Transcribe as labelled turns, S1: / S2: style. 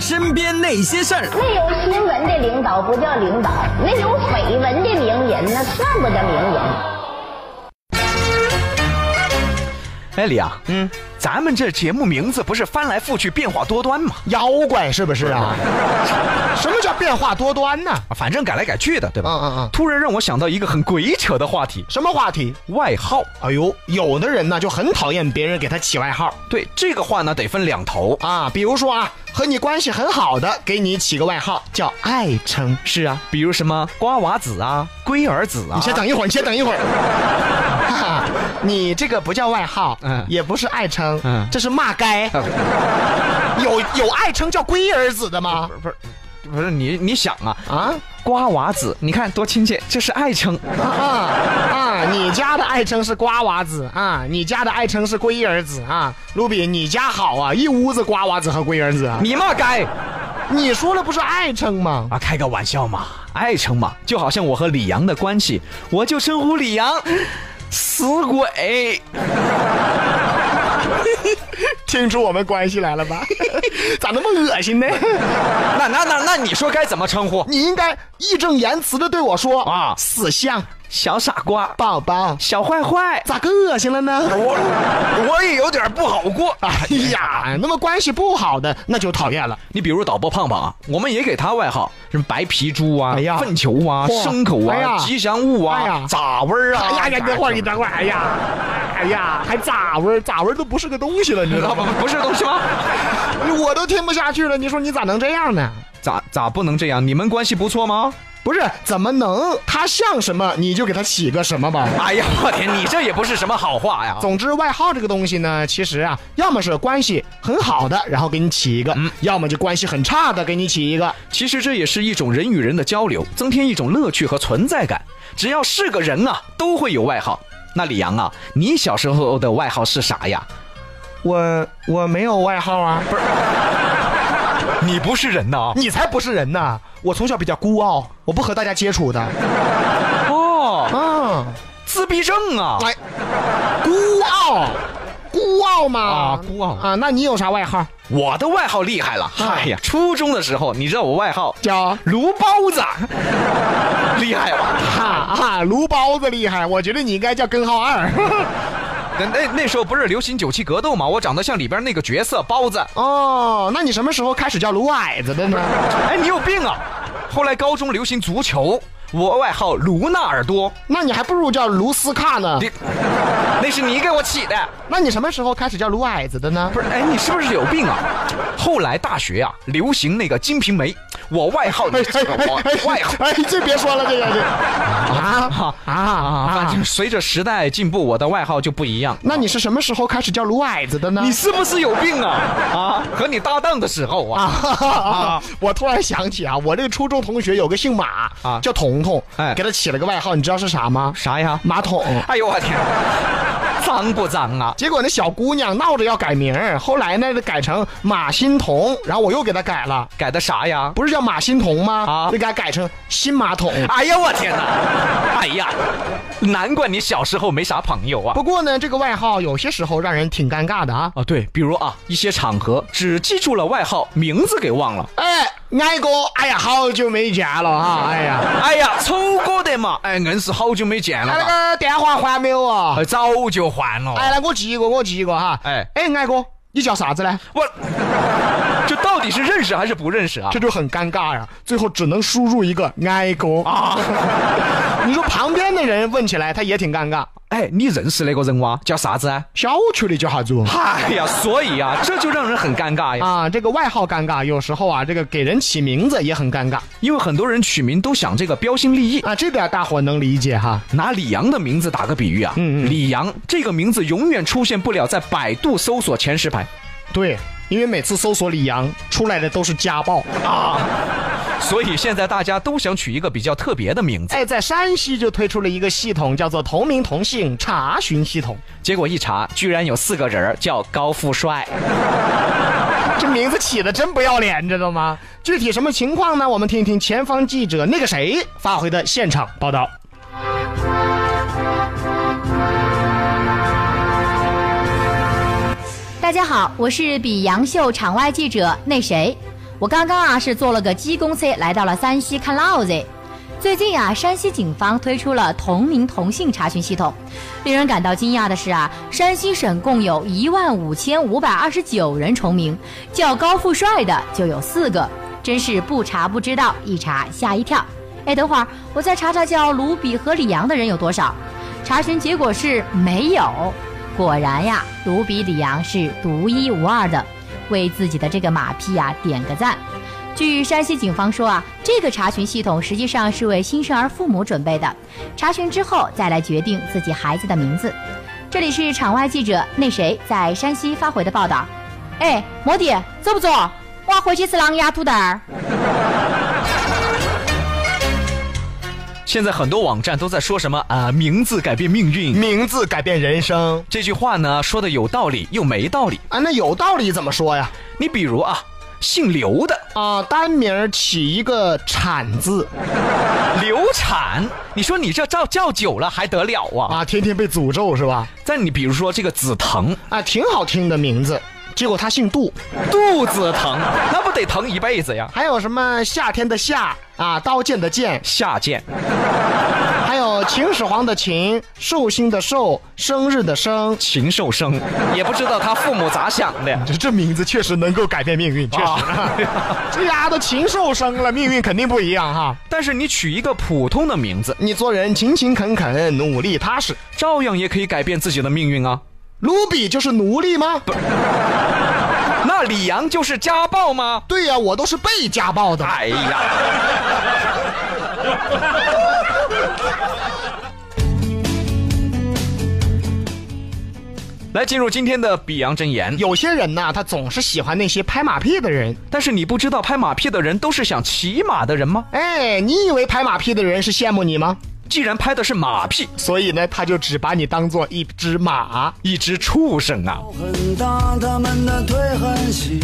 S1: 身边那些事儿。
S2: 没有新闻的领导不叫领导，没有绯闻的名人那算不叫名人。
S3: 哎，李阳，嗯，咱们这节目名字不是翻来覆去变化多端吗？
S4: 妖怪是不是 啊？什么叫变化多端呢？
S3: 啊反正改来改去的，对
S1: 啊
S3: 吧？
S4: 嗯嗯嗯
S3: 突然让我想到一个很鬼扯的话题，
S4: 什么话题？
S3: 外号。
S4: 哎呦，有的人呢就很讨厌别人给他起外号
S3: 对这个话呢，得分两头。
S4: 啊，比如说啊，和你关系很好的给你起个外号叫爱称。
S3: 是啊，比如什么瓜娃子啊、龟儿子啊。
S4: 你先等一会儿，你先等 一会儿。哈哈你这个不叫外号，
S3: 嗯
S4: 也不是爱称，
S3: 嗯
S4: 这是骂街。有有爱称叫龟儿子的吗？
S3: 不是不是你你想啊
S4: 啊
S3: 瓜娃子，你看多亲切，这是爱称。
S4: 啊啊！你家的爱称是瓜娃子啊，你家的爱称是龟儿子啊。卢比，你家好啊，一屋子瓜娃子和龟儿子啊。
S3: 你骂该
S4: 你说了不是爱称吗？
S3: 啊，开个玩笑嘛，爱称嘛，就好像我和李阳的关系，我就称呼李阳死鬼。
S4: 听出我们关系来了吧？ 咋那么恶心呢？
S3: 那那那那你说该怎么称呼？
S4: 你应该义正言辞的对我说
S3: 啊
S4: 死相
S3: 小傻瓜，
S4: 宝宝，
S3: 小坏坏。
S4: 咋个恶心了呢？
S3: 我我也有点不好过。
S4: 哎呀，那么关系不好的那就讨厌了。
S3: 你比如导播胖胖啊，我们也给他外号，什么白皮猪啊、
S4: 哎呀
S3: 粪球啊、
S4: 嚯
S3: 牲口啊、
S4: 哎呀
S3: 吉祥物啊、
S4: 哎呀
S3: 咋味儿啊。
S4: 哎呀
S3: 咋
S4: 呀，你等会儿，
S3: 整
S4: 你等会儿，哎呀，哎呀，还咋味儿？咋味儿都不是个东西了，你知道
S3: 啊不
S4: 吗？
S3: 不是东西吗？
S4: 哎我都听不下去了，你说你咋能这样呢？
S3: 咋咋不能这样？你们关系不错吗？
S4: 不是，怎么能？他像什么你就给他起个什么吧。
S3: 哎呀，我天，你这也不是什么好话呀！
S4: 总之，外号这个东西呢，其实啊，要么是关系很好的，然后给你起一个；要么就关系很差的，给你起一个。
S3: 其实这也是一种人与人的交流，增添一种乐趣和存在感。只要是个人啊，都会有外号。那李阳啊，你小时候的外号是啥呀？
S4: 我我没有外号啊，
S3: 你不是人呐！
S4: 你才不是人呢！我从小比较孤傲，我不和大家接触的。
S3: 哦，
S4: 啊，
S3: 自闭症啊！
S4: 哎，孤傲，孤傲嘛
S3: 啊孤傲
S4: 啊！那你有啥外号？
S3: 我的外号厉害了，哎呀，初中的时候，你知道我外号
S4: 叫
S3: 炉包子，厉害吧？
S4: 哈啊，炉包子厉害，我觉得你应该叫根号二。
S3: 那那那时候不是流行九七格斗吗？我长得像里边那个角色包子。
S4: 哦，那你什么时候开始叫卢矮子的 呢？
S3: 哎，你有病啊！后来高中流行足球，我外号卢纳尔多，
S4: 那你还不如叫卢斯卡呢。
S3: 你那是你给我起的。
S4: 那你什么时候开始叫卢矮子的呢？
S3: 不是，哎，你是不是有病啊？后来大学啊，流行那个《金瓶梅》，我外号，你知道吗我外号。
S4: 哎，这别说了，这个这啊啊
S3: 反
S4: 啊！
S3: 正随着时代进步，我的外号就不一样。
S4: 那你是什么时候开始叫卢矮子的呢？
S3: 你是不是有病 啊？啊，和你搭档的时候啊，
S4: 啊！我突然想起啊，我这个初中同学有个姓马
S3: 啊
S4: 叫彤彤，
S3: 哎
S4: 给他起了个外号，你知道是啥吗？
S3: 啥呀？
S4: 马桶。
S3: 哎呦我天，脏不脏啊？
S4: 结果那小姑娘闹着要改名儿，后来呢就改成马欣彤，然后我又给她改了，
S3: 改的啥呀？
S4: 不是叫马欣彤吗？
S3: 啊
S4: 就给她改成新马桶。
S3: 哎呀我天哪！哎呀，难怪你小时候没啥朋友啊。
S4: 不过呢，这个外号有些时候让人挺尴尬的啊。
S3: 啊，对，比如啊，一些场合只记住了外号，名字给忘了。
S4: 哎，挨哥，哎呀，好久没见了啊！ 哎呀，
S3: 哎呀，丑哥的嘛，哎，硬是好久没见了
S4: 哎，
S3: 嘛，
S4: 那个电话还没有啊？
S3: 哎早就换了。
S4: 哎，来，我记一个，我记一个哈。
S3: 哎
S4: 哎，啊挨哥，你叫啥子呢？
S3: 我这到底是认识还是不认识啊
S4: 这？就很尴尬呀、最后只能输入一个挨哥啊。 你说旁边的人问起来，他也挺尴尬。
S3: 哎，你认识那个人哇？叫啥子啊？
S4: 小区里叫啥 子哦？
S3: 哎呀，所以啊，这就让人很尴尬呀，
S4: 啊，这个外号尴尬，有时候啊，这个给人起名字也很尴尬
S3: 因为很多人取名都想这个标新立异。
S4: 啊，这点大伙能理解哈。
S3: 拿李阳的名字打个比喻啊，
S4: 嗯嗯
S3: 李阳这个名字永远出现不了在百度搜索前十排，
S4: 对，因为每次搜索李阳出来的都是家暴。
S3: 所以现在大家都想取一个比较特别的名字。
S4: 哎，在山西就推出了一个系统，叫做同名同姓查询系统。
S3: 结果一查，居然有四个人儿叫高富帅。
S4: 这名字起的真不要脸，知道吗？具体什么情况呢？我们听一听前方记者那个谁发回的现场报道。
S5: 大家好，我是比杨秀场外记者那谁。
S1: 我刚刚啊是坐了个鸡公车来到了山西看涝子。最近啊，山西警方推出了同名同姓查询系统。令人感到惊讶的是啊，山西省共有一万五千五百二十九人重名，叫高富帅的就有四个，真是不查不知道，一查吓一跳。哎，等会儿我再查查叫卢比和李阳的人有多少。查询结果是没有。果然呀，卢比、李阳是独一无二的，为自己的这个马屁呀、点个赞。据山西警方说啊，这个查询系统实际上是为新生儿父母准备的，查询之后再来决定自己孩子的名字。这里是场外记者那谁在山西发回的报道。哎，摩的，走不走？我要回去吃狼牙兔蛋儿。
S3: 现在很多网站都在说什么啊，名字改变命运
S4: 名字改变人生
S3: 这句话呢，说的有道理又没道理。
S4: 啊，那有道理怎么说呀？
S3: 你比如啊，姓刘的
S4: 啊，单名儿起一个“产”字
S3: 流产，你说你这叫叫久了还得了啊？
S4: 啊，天天被诅咒是吧？
S3: 再你比如说这个紫藤，
S4: 啊，挺好听的名字，结果他姓杜。
S3: 肚子疼，那不得疼一辈子呀？
S4: 还有什么夏天的夏啊，刀剑的剑，
S3: 下贱，
S4: 还有秦始皇的秦，寿星的寿，生日的生。
S3: 禽兽生，也不知道他父母咋想的。
S4: 这这名字确实能够改变命运，确实。啊这丫都禽兽生了，命运肯定不一样哈。
S3: 但是你取一个普通的名字，
S4: 你做人勤勤恳恳，努力踏实。
S3: 照样也可以改变自己的命运啊。
S4: 卢比就是奴隶吗？
S3: 那李阳就是家暴吗？
S4: 对呀、我都是被家暴的。
S3: 哎呀， 来进入今天的比洋真言。
S4: 有些人呐，他总是喜欢那些拍马屁的人。
S3: 但是你不知道拍马屁的人都是想骑马的人吗？
S4: 哎，你以为拍马屁的人是羡慕你吗？
S3: 既然拍的是马屁，
S4: 所以呢，他就只把你当做一只马。
S3: 一只畜生啊！
S5: 很大，他们的腿很细，